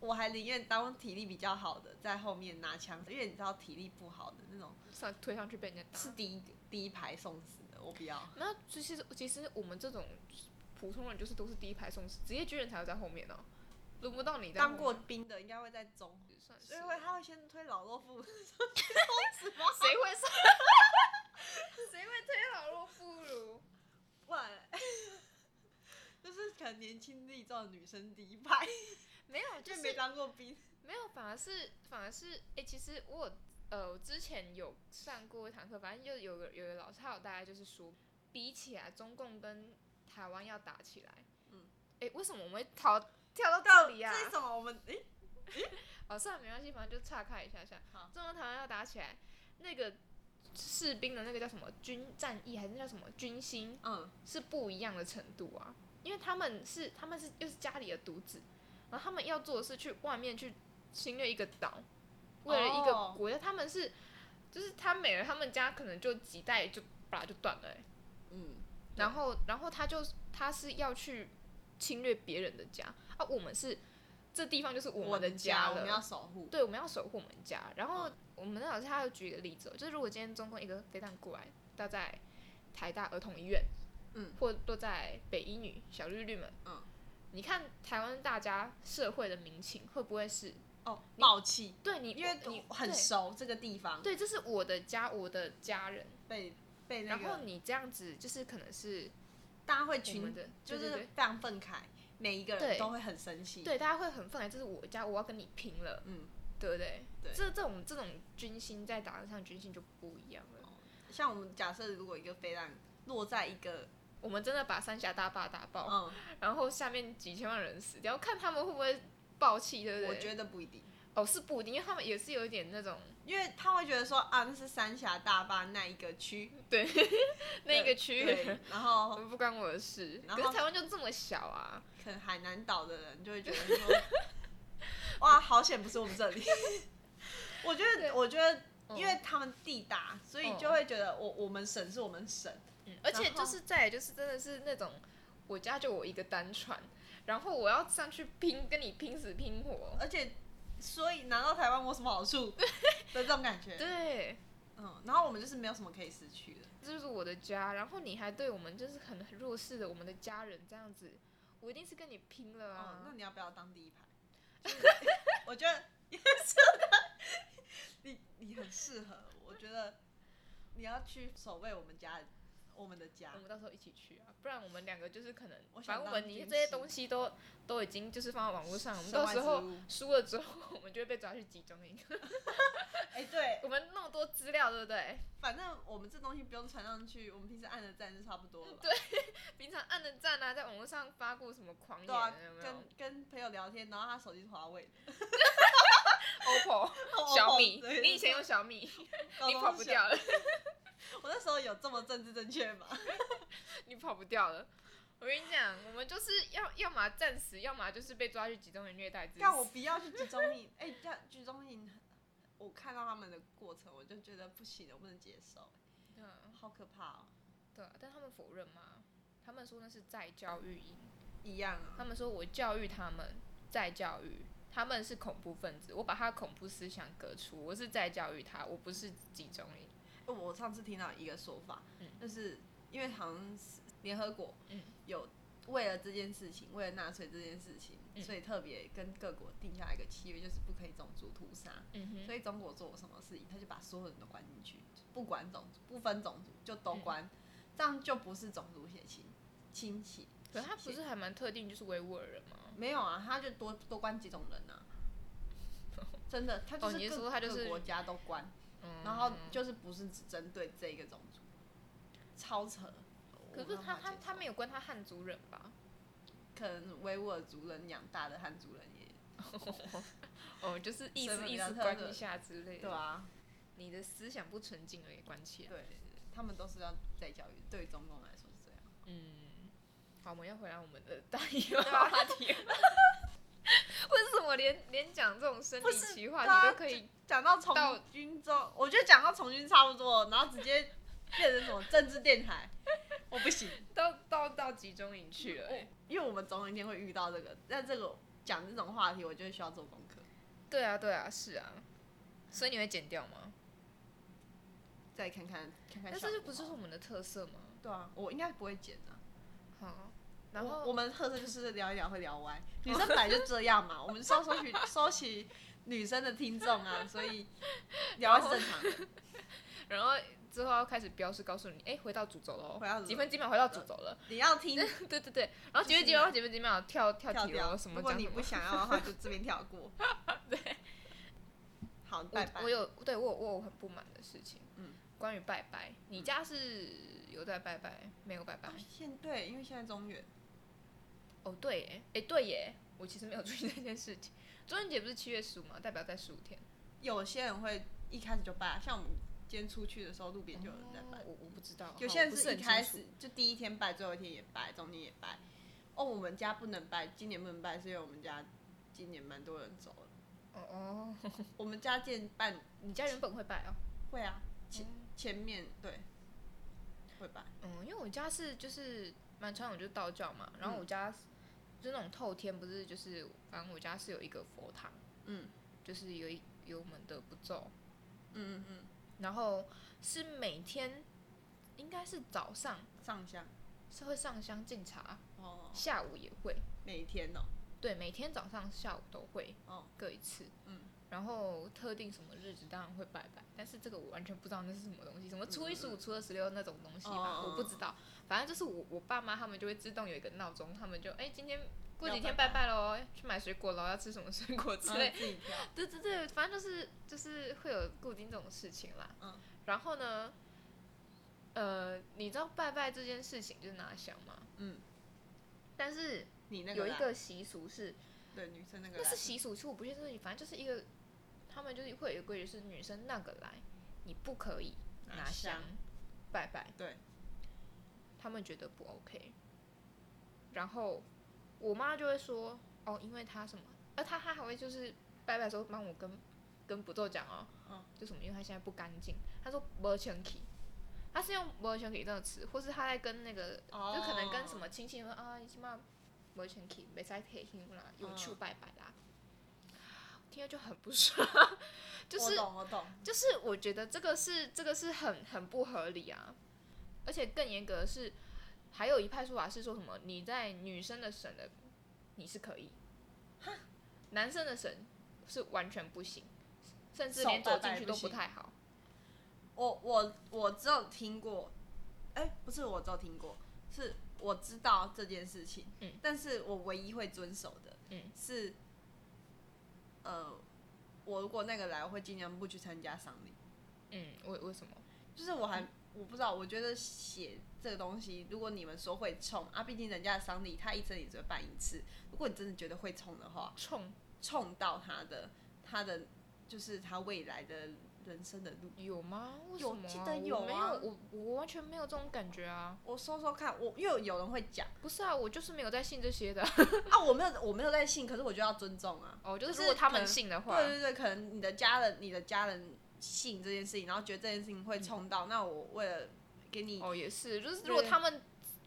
[SPEAKER 1] 我还宁愿当体力比较好的在后面拿枪，因为你知道体力不好的那种
[SPEAKER 2] 上推上去被人家打。
[SPEAKER 1] 是第一第一排送死的，我不要。
[SPEAKER 2] 那其实其实我们这种普通人就是都是第一排送死，职业军人才要在后面哦，轮不到你在后
[SPEAKER 1] 当
[SPEAKER 2] 面
[SPEAKER 1] 过兵的应该会在中，
[SPEAKER 2] 算是
[SPEAKER 1] 所以会他会先推老弱妇，
[SPEAKER 2] 谁会上？ 谁会推老弱妇孺？
[SPEAKER 1] 不然 就是可能年轻力壮的女生第一排，
[SPEAKER 2] 没有，就
[SPEAKER 1] 就是没当过兵。
[SPEAKER 2] 没有，反而是反而是，哎、其实我有呃，我之前有上过一堂课，反正就有个有个老师，他有大概就是说，比起来，中共跟台湾要打起来，
[SPEAKER 1] 嗯
[SPEAKER 2] 嗯，哎、为什么我们会逃跳到
[SPEAKER 1] 到
[SPEAKER 2] 这
[SPEAKER 1] 底
[SPEAKER 2] 里啊？
[SPEAKER 1] 这是什么？我们诶，
[SPEAKER 2] 哦，算了，没关系，反正就岔开一下下
[SPEAKER 1] 好。
[SPEAKER 2] 中国台湾要打起来，那个士兵的那个叫什么军战役，还是那叫什么军心，
[SPEAKER 1] 嗯，
[SPEAKER 2] 是不一样的程度啊。因为他们是他们是又是家里的独子，然后他们要做的是去外面去侵略一个岛，为了一
[SPEAKER 1] 哦
[SPEAKER 2] 个国家，他们是就是他每人他们家可能就几代就把就断了、欸，
[SPEAKER 1] 嗯，
[SPEAKER 2] 然后然后他就他是要去侵略别人的家啊，我们是这地方就是我们的
[SPEAKER 1] 家，我
[SPEAKER 2] 了，
[SPEAKER 1] 们要守护。
[SPEAKER 2] 对，我们要守护我们家。然
[SPEAKER 1] 嗯
[SPEAKER 2] 后我们那老师他有举一个例子哦，就是如果今天中共一个飞弹过来，搭在台大儿童医院，
[SPEAKER 1] 嗯，
[SPEAKER 2] 或落在北医女小绿绿们，
[SPEAKER 1] 嗯，
[SPEAKER 2] 你看台湾大家社会的民情会不会是
[SPEAKER 1] 哦，暴气，
[SPEAKER 2] 对你，
[SPEAKER 1] 因为
[SPEAKER 2] 你
[SPEAKER 1] 我很
[SPEAKER 2] 对
[SPEAKER 1] 熟这个地方，
[SPEAKER 2] 对，这是我的家，我的家人。
[SPEAKER 1] 被被那
[SPEAKER 2] 然后
[SPEAKER 1] 个
[SPEAKER 2] 你这样子就是可能是
[SPEAKER 1] 大家会
[SPEAKER 2] 我们
[SPEAKER 1] 群，
[SPEAKER 2] 的，
[SPEAKER 1] 就
[SPEAKER 2] 对
[SPEAKER 1] 是
[SPEAKER 2] 对对
[SPEAKER 1] 非常愤慨，每一个人
[SPEAKER 2] 对
[SPEAKER 1] 都会很生气。
[SPEAKER 2] 对，大家会很愤慨，这是我家，我要跟你拼了，
[SPEAKER 1] 嗯，
[SPEAKER 2] 对不对？
[SPEAKER 1] 对
[SPEAKER 2] 这这种这种军心在打仗上军心就不一样了。
[SPEAKER 1] 像我们假设如果一个飞弹落在一个，
[SPEAKER 2] 我们真的把三峡大坝打爆，
[SPEAKER 1] 嗯，
[SPEAKER 2] 然后下面几千万人死掉，看他们会不会暴气，对不对？
[SPEAKER 1] 我觉得不一定，
[SPEAKER 2] 哦，是不一定，因为他们也是有一点那种
[SPEAKER 1] 因为他会觉得说啊，那是三峡大坝那一个区，
[SPEAKER 2] 那一个区域
[SPEAKER 1] 对，然后
[SPEAKER 2] 不 关我的事。
[SPEAKER 1] 然
[SPEAKER 2] 可
[SPEAKER 1] 后
[SPEAKER 2] 是台湾就这么小啊，
[SPEAKER 1] 可能海南岛的人就会觉得说，哇，好险不是我们这里。 我觉得，
[SPEAKER 2] 对
[SPEAKER 1] 我觉得，
[SPEAKER 2] 嗯
[SPEAKER 1] 因为他们地大，所以
[SPEAKER 2] 嗯
[SPEAKER 1] 就会觉得我我们省是我们省，
[SPEAKER 2] 嗯而且
[SPEAKER 1] 然后
[SPEAKER 2] 就是再来就是真的是那种我家就我一个单传，然后我要上去拼，跟你拼死拼活。
[SPEAKER 1] 而且，所以拿到台湾我什么好处的这种感觉。
[SPEAKER 2] 对，
[SPEAKER 1] 嗯，然后我们就是没有什么可以失去的。
[SPEAKER 2] 这就是我的家，然后你还对我们就是很很弱势的我们的家人这样子，我一定是跟你拼了
[SPEAKER 1] 哦
[SPEAKER 2] 啊，！
[SPEAKER 1] 那你要不要当第一排？ 就是我觉得你你很适合，我觉得你要去守卫我们家，我们的家
[SPEAKER 2] 我。们到时候一起去啊，不然我们两个就是可能
[SPEAKER 1] 我，想
[SPEAKER 2] 反正我们
[SPEAKER 1] 当
[SPEAKER 2] 你
[SPEAKER 1] 军
[SPEAKER 2] 这些
[SPEAKER 1] 师
[SPEAKER 2] 东西都都已经就是放在网络上，我们
[SPEAKER 1] 身
[SPEAKER 2] 嗯到
[SPEAKER 1] 外
[SPEAKER 2] 时
[SPEAKER 1] 之
[SPEAKER 2] 候
[SPEAKER 1] 物
[SPEAKER 2] 输了之后，我们就会被抓去集中营。
[SPEAKER 1] 哎、对，
[SPEAKER 2] 我们那么多资料，对不对？
[SPEAKER 1] 反正我们这东西不用传上去，我们平时按的赞就差不
[SPEAKER 2] 嗯
[SPEAKER 1] 多了吧。
[SPEAKER 2] 平常按的赞啊，在网络上发过什么狂
[SPEAKER 1] 对啊
[SPEAKER 2] 言，有，没有
[SPEAKER 1] 跟跟朋友聊天，然后他手机是华为的，
[SPEAKER 2] ？OPPO、小米，
[SPEAKER 1] 对
[SPEAKER 2] 你以前用小米，
[SPEAKER 1] 高
[SPEAKER 2] 你
[SPEAKER 1] 中
[SPEAKER 2] 跑不
[SPEAKER 1] 小
[SPEAKER 2] 掉了，
[SPEAKER 1] 我那时候有这么政治正确吗？
[SPEAKER 2] 你跑不掉了。我跟你讲，我们就是要要么战死，要么就是被抓去集中营虐待致死。
[SPEAKER 1] 但我不要去集中营，哎、 这样集中营，我看到他们的过程，我就觉得不行，我不能接受，
[SPEAKER 2] 嗯，
[SPEAKER 1] 好可怕哦。
[SPEAKER 2] 对啊，但他们否认嘛，他们说那是再教育营，
[SPEAKER 1] 一样啊，
[SPEAKER 2] 他们说我教育他们，再教育。他们是恐怖分子，我把他恐怖思想革除，我是在教育他，我不是集中营。
[SPEAKER 1] 哦我上次听到一个说法，
[SPEAKER 2] 嗯
[SPEAKER 1] 就是因为好像是联合国
[SPEAKER 2] 嗯
[SPEAKER 1] 有为了这件事情，为了纳粹这件事情，
[SPEAKER 2] 嗯
[SPEAKER 1] 所以特别跟各国定下一个契约，就是不可以种族屠杀。
[SPEAKER 2] 嗯哼，
[SPEAKER 1] 所以中国做什么事情，他就把所有人都关进去，不管种族，不分种族就
[SPEAKER 2] 嗯
[SPEAKER 1] 都关，这样就不是种族血亲亲戚。
[SPEAKER 2] 可是他不是还蛮特定，就是维吾尔人吗？
[SPEAKER 1] 没有啊，他就多多关几种人 啊。真的，他就
[SPEAKER 2] 哦你
[SPEAKER 1] 是各、
[SPEAKER 2] 是说他就是
[SPEAKER 1] 各国家都关，
[SPEAKER 2] 嗯，
[SPEAKER 1] 然后就是不是只针对这一个种族，超扯。
[SPEAKER 2] 可
[SPEAKER 1] 我
[SPEAKER 2] 是
[SPEAKER 1] 没有
[SPEAKER 2] 他
[SPEAKER 1] 办法
[SPEAKER 2] 他
[SPEAKER 1] 接受
[SPEAKER 2] 他没有关他汉族人吧？
[SPEAKER 1] 可能维吾尔族人养大的汉族人也
[SPEAKER 2] 哦，就是意
[SPEAKER 1] 身份
[SPEAKER 2] 思
[SPEAKER 1] 比
[SPEAKER 2] 意
[SPEAKER 1] 较
[SPEAKER 2] 思
[SPEAKER 1] 特
[SPEAKER 2] 关
[SPEAKER 1] 色
[SPEAKER 2] 一下之类的。
[SPEAKER 1] 对啊，
[SPEAKER 2] 你的思想不纯净而已，关起来。
[SPEAKER 1] 对，他们都是要再教育，对于中共来说是这样。
[SPEAKER 2] 嗯，啊好，我们要回来我们的大姨妈
[SPEAKER 1] 啊
[SPEAKER 2] 话题了。 为什么连连讲这种生
[SPEAKER 1] 不
[SPEAKER 2] 理
[SPEAKER 1] 是
[SPEAKER 2] 奇话
[SPEAKER 1] 大
[SPEAKER 2] 你
[SPEAKER 1] 家
[SPEAKER 2] 都可以？
[SPEAKER 1] 讲到从
[SPEAKER 2] 到
[SPEAKER 1] 军之后，我觉得讲到从军差不多了，然后直接变成什么政治电 台，我不行，
[SPEAKER 2] 到到到集中营去了、欸。
[SPEAKER 1] 因为我们总有一天会遇到这个，但这个讲这种话题，我就会需要做功课，
[SPEAKER 2] 对啊，对啊，是啊。所以你会剪掉吗？
[SPEAKER 1] 再看看看看
[SPEAKER 2] 但
[SPEAKER 1] 效果好。
[SPEAKER 2] 这就不是我们的特色吗？
[SPEAKER 1] 对啊，我应该不会剪的、啊。
[SPEAKER 2] 好，然
[SPEAKER 1] 我
[SPEAKER 2] 后
[SPEAKER 1] 我们特色就是聊一聊会聊 歪，女生本来就这样嘛，我们收收取收取女生的听众啊，所以聊歪是正常
[SPEAKER 2] 哦
[SPEAKER 1] 的。
[SPEAKER 2] 然后之后要开始标示告诉你，哎、回到主轴了
[SPEAKER 1] 回到
[SPEAKER 2] 哦，
[SPEAKER 1] 主
[SPEAKER 2] 几
[SPEAKER 1] 轴
[SPEAKER 2] 分几秒回到主轴了。
[SPEAKER 1] 你要听
[SPEAKER 2] 对对对，然后几分几秒，几分几秒跳跳
[SPEAKER 1] 跳
[SPEAKER 2] 题
[SPEAKER 1] 掉，
[SPEAKER 2] 了，什么
[SPEAKER 1] 如果
[SPEAKER 2] 讲
[SPEAKER 1] 你
[SPEAKER 2] 什
[SPEAKER 1] 不
[SPEAKER 2] 么。
[SPEAKER 1] 想要的话，就这边跳 过。对， 好，拜拜
[SPEAKER 2] 我我。有对我有我有很不满的事情，
[SPEAKER 1] 嗯
[SPEAKER 2] 关于拜拜，你家是有在拜拜，没有拜拜
[SPEAKER 1] 啊？现对，因为现在中原
[SPEAKER 2] 哦，对耶，哎对耶，我其实没有注意这件事情。中元节不是七月十五嘛，代表在十五天。
[SPEAKER 1] 有些人会一开始就拜，像我们今天出去的时候，路边就有人在拜。
[SPEAKER 2] 哦我我不知道，
[SPEAKER 1] 有
[SPEAKER 2] 好
[SPEAKER 1] 些
[SPEAKER 2] 我
[SPEAKER 1] 人
[SPEAKER 2] 不
[SPEAKER 1] 是
[SPEAKER 2] 很
[SPEAKER 1] 一
[SPEAKER 2] 清
[SPEAKER 1] 开
[SPEAKER 2] 楚
[SPEAKER 1] 始就第一天拜，最后一天也拜，中间也拜。哦，我们家不能拜，今年不能拜，是因为我们家今年蛮多人走了。
[SPEAKER 2] 哦哦，
[SPEAKER 1] 我们家见办
[SPEAKER 2] 你家原本会拜哦。
[SPEAKER 1] 会啊，前前面对会拜。
[SPEAKER 2] 嗯，因为我家是就是蛮传统，就是道教嘛。然后我家、就是那种透天，不是就是反正我家是有一个佛堂，
[SPEAKER 1] 嗯，
[SPEAKER 2] 就是有一有我们的步骤，
[SPEAKER 1] 嗯嗯嗯，
[SPEAKER 2] 然后是每天应该是早上
[SPEAKER 1] 上香
[SPEAKER 2] 是会上香敬茶，
[SPEAKER 1] 哦，
[SPEAKER 2] 下午也会，
[SPEAKER 1] 每天哦，
[SPEAKER 2] 对，每天早上下午都会
[SPEAKER 1] 哦
[SPEAKER 2] 各一次，
[SPEAKER 1] 嗯。
[SPEAKER 2] 然后特定什么日子当然会拜拜，但是这个我完全不知道那是什么东西，什么初一、十五、初二、十六那种东西吧，
[SPEAKER 1] 嗯哦
[SPEAKER 2] 我不知道。反正就是我我爸妈他们就会自动有一个闹钟，他们就哎今天过
[SPEAKER 1] 要
[SPEAKER 2] 几天
[SPEAKER 1] 拜
[SPEAKER 2] 拜拜喽，去买水果喽，要吃什么水果之
[SPEAKER 1] 然后
[SPEAKER 2] 类。
[SPEAKER 1] 自己跳。
[SPEAKER 2] 对对对，反正就是就是会有固定这种事情啦。
[SPEAKER 1] 嗯。
[SPEAKER 2] 然后呢，呃，你知道拜拜这件事情就是拿香吗？
[SPEAKER 1] 嗯。
[SPEAKER 2] 但是
[SPEAKER 1] 你那个
[SPEAKER 2] 有一
[SPEAKER 1] 啦
[SPEAKER 2] 个习俗是，
[SPEAKER 1] 对女生那个
[SPEAKER 2] 那
[SPEAKER 1] 啦
[SPEAKER 2] 是习俗，其实我不确定是，反正就是一个，他们就是会有一个规矩，是女生那个来，你不可以拿香拜拜，
[SPEAKER 1] 对，
[SPEAKER 2] 他们觉得不 OK。然后我妈就会说，哦，因为她什么，呃，她她还会就是拜拜的时候帮我跟跟不咒讲哦，
[SPEAKER 1] 嗯
[SPEAKER 2] 就什么，因为她现在不干净，她说不清气，她是用不清气这个词，或是她在跟那个
[SPEAKER 1] 哦，
[SPEAKER 2] 就可能跟什么亲戚说啊，你起码没钱去，没使提醒啦，
[SPEAKER 1] 嗯
[SPEAKER 2] 有去拜拜啦。听了就很不爽， 就
[SPEAKER 1] 我
[SPEAKER 2] 是
[SPEAKER 1] 懂我懂，
[SPEAKER 2] 就是我觉得这个是这个是很很不合理啊，而且更严格的是，还有一派说法是说什么你在女生的省的你是可以，男生的省是完全不行，甚至连
[SPEAKER 1] 手拜
[SPEAKER 2] 走
[SPEAKER 1] 拜
[SPEAKER 2] 进去都
[SPEAKER 1] 不
[SPEAKER 2] 不
[SPEAKER 1] 行
[SPEAKER 2] 太好。
[SPEAKER 1] 我我我只有听过，哎、不是我只有听过，是我知道这件事情，
[SPEAKER 2] 嗯
[SPEAKER 1] 但是我唯一会遵守的，
[SPEAKER 2] 嗯
[SPEAKER 1] 是，呃，我如果那个来，我会尽量不去参加丧礼，
[SPEAKER 2] 嗯，为为什么？
[SPEAKER 1] 就是我还、我不知道，我觉得写这个东西，如果你们说会冲啊，毕竟人家的丧礼他一生也只会办一次，如果你真的觉得会冲的话，
[SPEAKER 2] 冲
[SPEAKER 1] 冲到他的他的就是他未来的人生的路。
[SPEAKER 2] 有吗？为什
[SPEAKER 1] 有
[SPEAKER 2] 么啊？
[SPEAKER 1] 记得有
[SPEAKER 2] 我没
[SPEAKER 1] 啊
[SPEAKER 2] 有，我我完全没有这种感觉啊！
[SPEAKER 1] 我说说看，我因为有人会讲
[SPEAKER 2] 不是啊，我就是没有在信这些的。
[SPEAKER 1] 啊，我没有我没有在信，可是我就要尊重啊。
[SPEAKER 2] 哦，就是
[SPEAKER 1] 是
[SPEAKER 2] 如果他
[SPEAKER 1] 可
[SPEAKER 2] 们
[SPEAKER 1] 能
[SPEAKER 2] 信的话
[SPEAKER 1] 对，对对，可能你的家人你的家人信这件事情，然后觉得这件事情会冲到，那我为了给你，
[SPEAKER 2] 嗯哦也是，就是如
[SPEAKER 1] 对
[SPEAKER 2] 果他们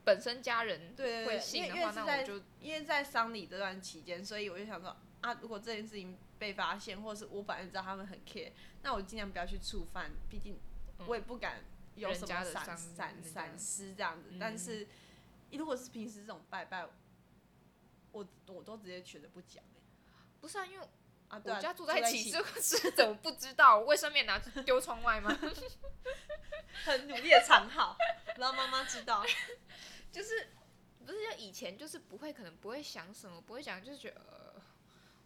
[SPEAKER 2] 本身家人
[SPEAKER 1] 对对
[SPEAKER 2] 会
[SPEAKER 1] 对，
[SPEAKER 2] 信
[SPEAKER 1] 因
[SPEAKER 2] 的
[SPEAKER 1] 为因
[SPEAKER 2] 话，
[SPEAKER 1] 为是
[SPEAKER 2] 那我
[SPEAKER 1] 在
[SPEAKER 2] 就
[SPEAKER 1] 因为在丧礼这段期间，所以我就想说啊，如果这件事情被发现，或者是我本来就知道他们很 care，那我尽量不要去触犯，毕竟我也不敢有
[SPEAKER 2] 人
[SPEAKER 1] 什么
[SPEAKER 2] 家的
[SPEAKER 1] 闪
[SPEAKER 2] 丧
[SPEAKER 1] 闪
[SPEAKER 2] 人家
[SPEAKER 1] 闪失这样子。
[SPEAKER 2] 嗯
[SPEAKER 1] 但是如果是平时这种拜拜，我我都直接选择不讲、欸、
[SPEAKER 2] 不是啊，因为
[SPEAKER 1] 啊，对
[SPEAKER 2] 我
[SPEAKER 1] 啊，
[SPEAKER 2] 家住
[SPEAKER 1] 住
[SPEAKER 2] 在
[SPEAKER 1] 在
[SPEAKER 2] 一起，这 个是怎么不知道？卫生棉拿去丢窗外吗？
[SPEAKER 1] 很努力的藏好，然后妈妈知 道，
[SPEAKER 2] 就是不是就以前就是不会，可能不会想什么，不会想，就是觉得、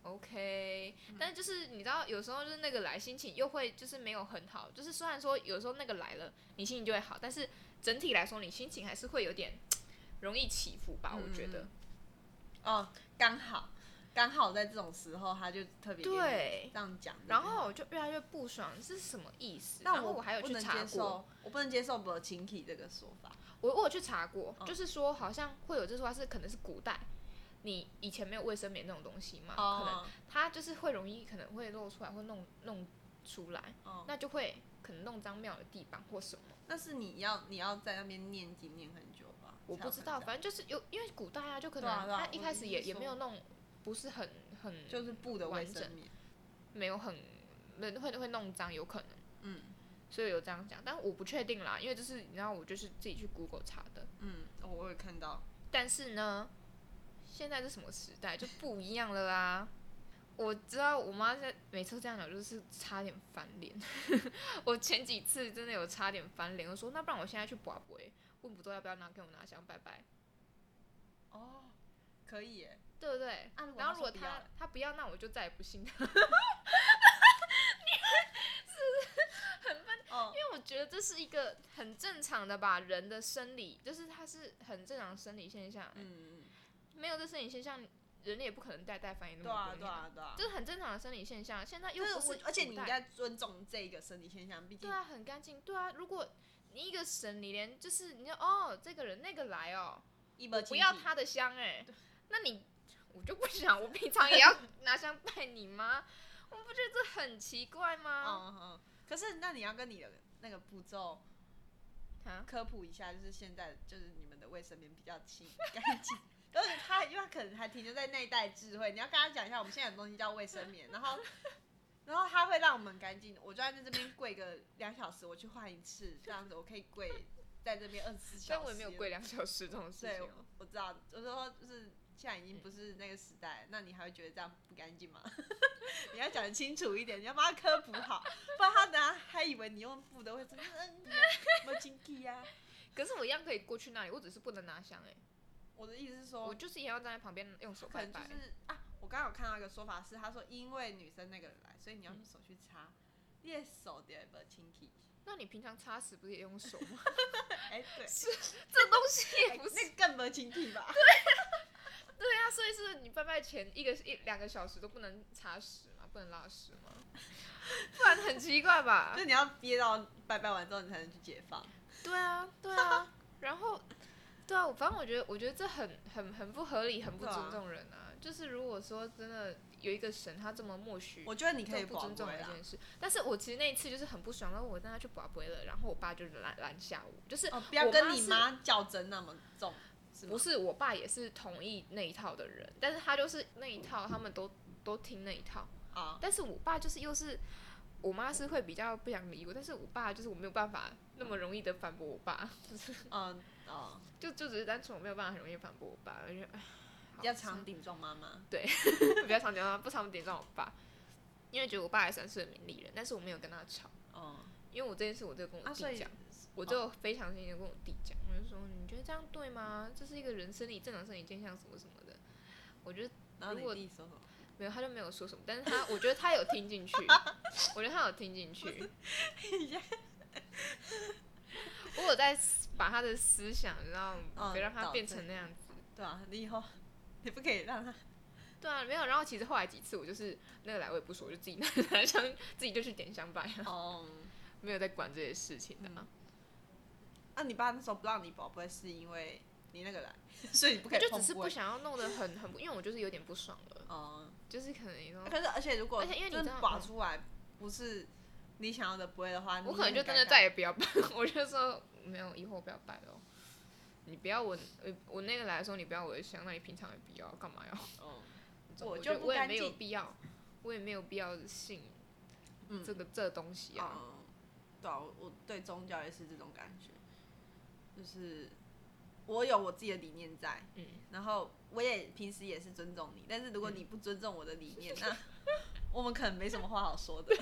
[SPEAKER 2] 呃、OK，、但
[SPEAKER 1] 嗯
[SPEAKER 2] 就是你知道，有时候就是那个来心情又会就是没有很好，就是虽然说有时候那个来了，你心情就会好，但是整体来说你心情还是会有点容易起伏吧，我觉
[SPEAKER 1] 嗯
[SPEAKER 2] 得。
[SPEAKER 1] 哦，刚好刚好在这种时候，他就特别给你
[SPEAKER 2] 对
[SPEAKER 1] 这样讲。
[SPEAKER 2] 然后我就越来越不爽，这是什么意思？
[SPEAKER 1] 但
[SPEAKER 2] 然后
[SPEAKER 1] 嗯我
[SPEAKER 2] 还有
[SPEAKER 1] 不
[SPEAKER 2] 去
[SPEAKER 1] 能
[SPEAKER 2] 查
[SPEAKER 1] 接
[SPEAKER 2] 过，
[SPEAKER 1] 受，我不能接受“不亲体”这个说法。
[SPEAKER 2] 我我有去查过，
[SPEAKER 1] 嗯
[SPEAKER 2] 就是说好像会有这说法是可能是古代，你以前没有卫生棉那种东西嘛，可能
[SPEAKER 1] 哦，
[SPEAKER 2] 它就是会容易可能会露出来，或弄弄出来，
[SPEAKER 1] 哦
[SPEAKER 2] 那就会可能弄脏庙的地板或什么，
[SPEAKER 1] 那是你要你要在那边念经念很久吧？
[SPEAKER 2] 我不知道，
[SPEAKER 1] 才有可能这样
[SPEAKER 2] 反正就是有，因为古代啊，就可
[SPEAKER 1] 对啊
[SPEAKER 2] 能
[SPEAKER 1] 对啊
[SPEAKER 2] 他一开始也
[SPEAKER 1] 我的意思
[SPEAKER 2] 也
[SPEAKER 1] 说
[SPEAKER 2] 没有弄，不是很很
[SPEAKER 1] 就是布的卫生棉。
[SPEAKER 2] 没有很没有会会弄脏，有可能，
[SPEAKER 1] 嗯
[SPEAKER 2] 所以有这样讲，但我不确定啦，因为就是你知道我就是自己去 Google 查的，
[SPEAKER 1] 嗯，哦我有看到，
[SPEAKER 2] 但是呢，现在是什么时代就不一样了啦。我知道我妈在每次这样讲，就是差点翻脸。 我前几次真的有差点翻脸，我说那不然我现在去拔杯，问不多要不要拿给我拿香拜拜，
[SPEAKER 1] 哦，可以耶。
[SPEAKER 2] 对不对？
[SPEAKER 1] 啊如果
[SPEAKER 2] 然后哦如果
[SPEAKER 1] 她说不要
[SPEAKER 2] 她
[SPEAKER 1] 嘞
[SPEAKER 2] 她不要，那我就再也不 信她，
[SPEAKER 1] 哦，
[SPEAKER 2] 因为我觉得这是一个很正常的吧，人的生理就是它是很正常的生理现象，
[SPEAKER 1] 嗯，嗯
[SPEAKER 2] 没有这生理现象，人类也不可能代代繁衍那么
[SPEAKER 1] 对
[SPEAKER 2] 多
[SPEAKER 1] 啊
[SPEAKER 2] 年
[SPEAKER 1] 对啊对啊。
[SPEAKER 2] 这是很正常的生理现象。现在又
[SPEAKER 1] 但
[SPEAKER 2] 不
[SPEAKER 1] 是
[SPEAKER 2] 是
[SPEAKER 1] 我，而且你
[SPEAKER 2] 古代
[SPEAKER 1] 应该尊重这个生理现象，毕竟
[SPEAKER 2] 对啊，很干净。对啊，如果你一个神，你连就是你要哦，这个人那个来哦，
[SPEAKER 1] 一
[SPEAKER 2] 我
[SPEAKER 1] 不
[SPEAKER 2] 不要他的香哎、那你我就不想，我平常也要拿香拜 你吗？我不觉得这很奇怪吗？
[SPEAKER 1] 嗯嗯，可是那你要跟你的那个步骤
[SPEAKER 2] 啊
[SPEAKER 1] 科普一下，就是现在就是你们的卫生棉比较轻干净。而且他，因为他可能还停留在那一代智慧，你要跟他讲一下，我们现在有东西叫卫生棉，然后， 然后他会让我们干净。我就在这边跪个两小时，我去换一次，这样子我可以跪在这边二十四小时。
[SPEAKER 2] 但我也没有跪两小时这种事
[SPEAKER 1] 对
[SPEAKER 2] 情哦、，
[SPEAKER 1] 我知道，我说就是现在已经不是那个时代，那你还会觉得这样不干净吗？ 你要讲得清楚一点，你要帮他科普好，不然他等下还以为你用布的会怎么嗯，没经济呀。
[SPEAKER 2] 可是我一样可以过去那里，我只是不能拿香哎、
[SPEAKER 1] 我的意思是
[SPEAKER 2] 我
[SPEAKER 1] 说，
[SPEAKER 2] 就是也要站在旁边用手
[SPEAKER 1] 哦可
[SPEAKER 2] 拜
[SPEAKER 1] 能就
[SPEAKER 2] 拜。
[SPEAKER 1] 是啊，我刚刚有看到一个说法是，他说因为女生那个人来，所以你要
[SPEAKER 2] 嗯
[SPEAKER 1] 用手去擦，练手的不清洁。
[SPEAKER 2] 那你平常擦屎不是也用手 吗？
[SPEAKER 1] 哎，对，
[SPEAKER 2] 这东西也
[SPEAKER 1] 哎
[SPEAKER 2] 不是
[SPEAKER 1] 那更不清洁吧？
[SPEAKER 2] 对啊，所以是你拜拜前一个一两个小时都不能擦屎嘛，不能拉屎嘛，不然很奇怪吧
[SPEAKER 1] 就？你要憋到拜拜完之后，你才能去解放。
[SPEAKER 2] 对啊，对啊， 然后对啊，我反正我觉得，我觉得这很很很不合理，很不
[SPEAKER 1] 对啊
[SPEAKER 2] 尊重人啊。就是如果说真的有一个神，他这么默许
[SPEAKER 1] 我觉得你
[SPEAKER 2] 嗯这
[SPEAKER 1] 可以
[SPEAKER 2] 么不
[SPEAKER 1] 保
[SPEAKER 2] 尊重
[SPEAKER 1] 回
[SPEAKER 2] 的一
[SPEAKER 1] 啦。
[SPEAKER 2] 件事，但是我其实那一次就是很不爽，然后我跟他去拔杯了，
[SPEAKER 1] 嗯
[SPEAKER 2] 然后我爸就拦拦下我，就是
[SPEAKER 1] 哦，不要
[SPEAKER 2] 我
[SPEAKER 1] 跟
[SPEAKER 2] 妈
[SPEAKER 1] 你
[SPEAKER 2] 是
[SPEAKER 1] 妈较真那么重，是吗
[SPEAKER 2] 不？是，我爸也是同意那一套的人，但是他就是那一套，他们都都听那一套。
[SPEAKER 1] 啊，
[SPEAKER 2] 但是我爸就是又是，我妈是会比较不想理我，但是我爸就是我没有办法那么容易的反驳我爸， 就是
[SPEAKER 1] 嗯哦，
[SPEAKER 2] 就就只是单纯我没有办法很容易地反驳我爸，我就觉得唉
[SPEAKER 1] 比较
[SPEAKER 2] 好啊
[SPEAKER 1] 常顶撞妈妈。
[SPEAKER 2] 算了比较常点到不常点到我爸，因为觉得我爸还算是个明理人，但是我没有跟他吵，
[SPEAKER 1] 哦，
[SPEAKER 2] 因为我这件事我就跟我
[SPEAKER 1] 啊，
[SPEAKER 2] 弟
[SPEAKER 1] 所以
[SPEAKER 2] 讲，我就非常认真地跟我弟讲，我就说你觉得这样对吗？这是一个人生理正常生理现象什么什么的，我觉得。
[SPEAKER 1] 然后你
[SPEAKER 2] 如果
[SPEAKER 1] 弟说什么？
[SPEAKER 2] 没有，他就没有说什么，但是他，我觉得他有 听进去，我觉得他有听进去。我有在思把他的思想，然后
[SPEAKER 1] 嗯
[SPEAKER 2] 别让他
[SPEAKER 1] 导
[SPEAKER 2] 变
[SPEAKER 1] 致
[SPEAKER 2] 成那样子。
[SPEAKER 1] 对啊，你以后你不可以让他
[SPEAKER 2] 对啊，没有。然后其实后来几次我就是那个来我也不说，我就自己拿 拿香，自己就去点香拜啊，
[SPEAKER 1] 哦、
[SPEAKER 2] 没有在管这些事情
[SPEAKER 1] 嗯
[SPEAKER 2] 的、啊。
[SPEAKER 1] 那、你爸那时候不让你宝贝，是因为你那个来， 所以你不可以
[SPEAKER 2] 就
[SPEAKER 1] 碰
[SPEAKER 2] 只是
[SPEAKER 1] 过
[SPEAKER 2] 不想要弄得很很不，因为我就是有点不爽了，
[SPEAKER 1] 哦、
[SPEAKER 2] 就是可能你说，
[SPEAKER 1] 可是而且如果
[SPEAKER 2] 嗯而且因为你
[SPEAKER 1] 真
[SPEAKER 2] 知
[SPEAKER 1] 的
[SPEAKER 2] 道
[SPEAKER 1] 拔出来不是你想要的不会的话，
[SPEAKER 2] 我
[SPEAKER 1] 你
[SPEAKER 2] 可能
[SPEAKER 1] 也
[SPEAKER 2] 就
[SPEAKER 1] 很尴
[SPEAKER 2] 真的
[SPEAKER 1] 尬
[SPEAKER 2] 再也不要拜， 我就说没有，以后不要拜了。你不要我，呃我那个来的时候你不要我的香，那你平常也不要，干嘛要？
[SPEAKER 1] 哦
[SPEAKER 2] 我
[SPEAKER 1] 我
[SPEAKER 2] 觉
[SPEAKER 1] 就
[SPEAKER 2] 得
[SPEAKER 1] 不
[SPEAKER 2] 我也
[SPEAKER 1] 干
[SPEAKER 2] 没有
[SPEAKER 1] 净。
[SPEAKER 2] 必要，我也没有必要信
[SPEAKER 1] 嗯
[SPEAKER 2] 这个、这东西啊。
[SPEAKER 1] 嗯，对啊，我我对宗教也是这种感觉，就是我有我自己的理念在，
[SPEAKER 2] 嗯，
[SPEAKER 1] 然后我也平时也是尊重你，但是如果你不尊重我的理念，那我们可能没什么话好说的。哦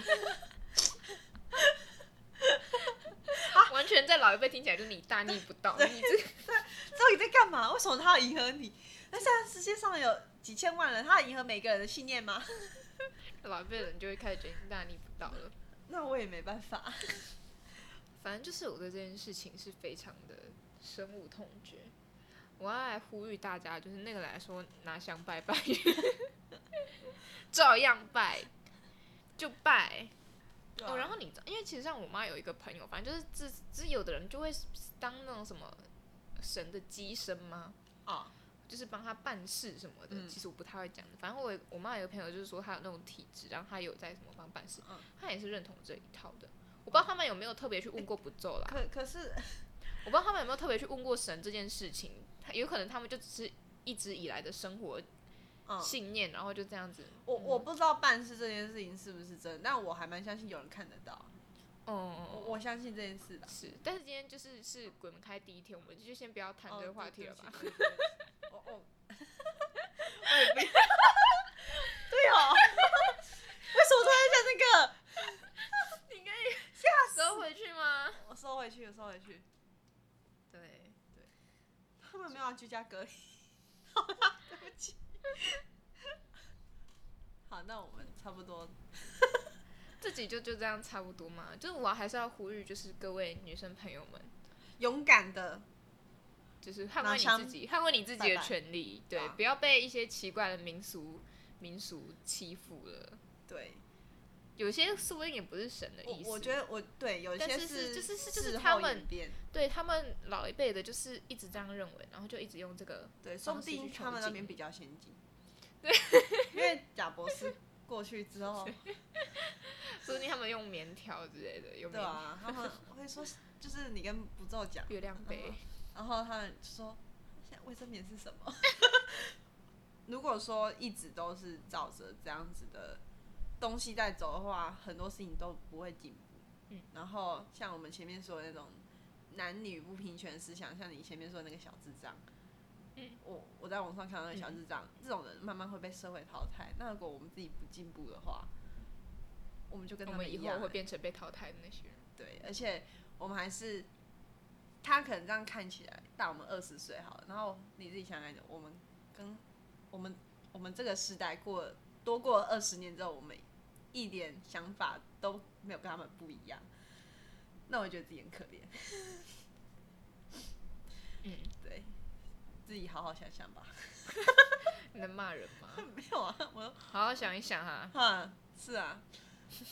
[SPEAKER 2] 完全在老一辈听起来就是你大逆不 道，你这
[SPEAKER 1] 到底在干嘛？为什么他要迎合你？那现在世界上有几千万人，他要迎合每个人的信念吗？
[SPEAKER 2] 个老一辈人就会开始觉得你大逆不道了。
[SPEAKER 1] 那我也没办法。
[SPEAKER 2] 反正就是我对这件事情是非常的深恶痛绝。我要来呼吁大家，就是那个来说拿香拜 拜，照样拜，就拜。
[SPEAKER 1] 对啊
[SPEAKER 2] 哦，然后你知，因为其实像我妈有一个朋友，反正就是自，只有的人就会当那种什么神的机身吗？
[SPEAKER 1] 啊，
[SPEAKER 2] 就是帮他办事什么的。
[SPEAKER 1] 嗯
[SPEAKER 2] 其实我不太会讲的，反正我有我妈有个朋友就是说她有那种体质，然后她有在什么帮办事
[SPEAKER 1] 嗯，
[SPEAKER 2] 她也是认同这一套的。我不知道他们有没有特别去问
[SPEAKER 1] 哎
[SPEAKER 2] 过不咒啦，
[SPEAKER 1] 可可是
[SPEAKER 2] 我不知道他们有没有特别去问过神这件事情，他有可能他们就只是一直以来的生活
[SPEAKER 1] 嗯
[SPEAKER 2] 信念，然后就这样子。
[SPEAKER 1] 我我不知道办事这件事情是不是真的，但我还蛮相信有人看得到，我
[SPEAKER 2] 嗯，
[SPEAKER 1] 我相信这件事的。
[SPEAKER 2] 是，但是今天就是是鬼门开第一天，我们就先不要谈这个话题 了吧。
[SPEAKER 1] 哦？对对不起对不起我我我也不 对哦，为什么突然讲
[SPEAKER 2] 收回去吗？
[SPEAKER 1] 这个？我收回去，我收回去。
[SPEAKER 2] 对，
[SPEAKER 1] 他们没有要居家隔 离。 好啦，对不起。好，那我们差不多。
[SPEAKER 2] 自己就就这样差不多嘛。就是我还是要呼吁，就是各位女生朋友们，
[SPEAKER 1] 勇敢的，
[SPEAKER 2] 就是捍
[SPEAKER 1] 拿
[SPEAKER 2] 卫
[SPEAKER 1] 枪
[SPEAKER 2] 你自己，捍卫你自己
[SPEAKER 1] 拜
[SPEAKER 2] 的
[SPEAKER 1] 拜
[SPEAKER 2] 权利，
[SPEAKER 1] 对
[SPEAKER 2] 对
[SPEAKER 1] 啊，
[SPEAKER 2] 不要被一些奇怪的民俗民俗欺负了。
[SPEAKER 1] 对
[SPEAKER 2] 有些说不定也不是神的
[SPEAKER 1] 我
[SPEAKER 2] 意思，
[SPEAKER 1] 我觉得我对有一些
[SPEAKER 2] 但是是就是是就是
[SPEAKER 1] 事后
[SPEAKER 2] 他们
[SPEAKER 1] 演变
[SPEAKER 2] 对他们老一辈的，就是一直这样认为，然后就一直用这个。
[SPEAKER 1] 对，说不
[SPEAKER 2] 方式去
[SPEAKER 1] 定
[SPEAKER 2] 求
[SPEAKER 1] 他们那
[SPEAKER 2] 进
[SPEAKER 1] 边比较先进。对， 因为贾博士过去之 后，
[SPEAKER 2] 说不定他们用棉条之类的，用
[SPEAKER 1] 对
[SPEAKER 2] 棉、
[SPEAKER 1] 啊，他们会说 就是你跟不咒讲，
[SPEAKER 2] 月亮杯，
[SPEAKER 1] 然后他们就说现在卫生棉是什么？ 如果说一直都是照着这样子的东西在走的话，很多事情都不会进步。
[SPEAKER 2] 嗯，
[SPEAKER 1] 然后像我们前面说的那种男女不平权思想，像你前面说的那个小智障，
[SPEAKER 2] 嗯，
[SPEAKER 1] 我我在网上看到那个小智障，这种人慢慢会被社会淘汰。那如果我们自己不进步的话，我们就跟
[SPEAKER 2] 我
[SPEAKER 1] 他
[SPEAKER 2] 们
[SPEAKER 1] 们
[SPEAKER 2] 欸以
[SPEAKER 1] 一
[SPEAKER 2] 后
[SPEAKER 1] 样
[SPEAKER 2] 会变成被淘汰的那 些人。
[SPEAKER 1] 对，而且我们还是他可能这样看起来大我们二十岁好了，然后你自己想想，我们跟我们我们这个时代过多过二十年之后，我们一点想法都没有跟他们不一样，那我觉得自己很可怜。
[SPEAKER 2] 嗯，
[SPEAKER 1] 对，自己好好想想吧。
[SPEAKER 2] 你能骂人 吗？
[SPEAKER 1] 没有啊，我
[SPEAKER 2] 好好想一想哈。
[SPEAKER 1] 哈是啊，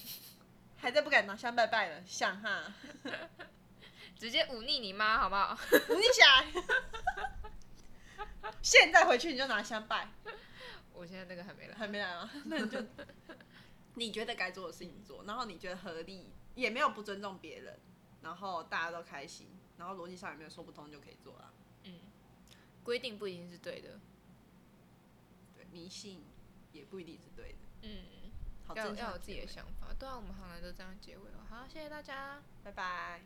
[SPEAKER 1] 还在不敢拿香拜拜了，想哈，
[SPEAKER 2] 直接忤逆你妈好不好？
[SPEAKER 1] 你想，现在回去你就拿香拜。
[SPEAKER 2] 我现在那个还没来。
[SPEAKER 1] 还没 来吗？那你就 你觉得该做的事情做，然后你觉得合理，也没有不尊重别人，然后大家都开心，然后逻辑上也没有说不通就可以做了。
[SPEAKER 2] 规定不一定是对的，
[SPEAKER 1] 对，迷信也不一定是对的。
[SPEAKER 2] 嗯，
[SPEAKER 1] 好，
[SPEAKER 2] 要
[SPEAKER 1] 正向
[SPEAKER 2] 要有自己
[SPEAKER 1] 结
[SPEAKER 2] 的
[SPEAKER 1] 尾
[SPEAKER 2] 想法。对啊，我们好像都这样结尾了。好，谢谢大家。
[SPEAKER 1] 拜拜。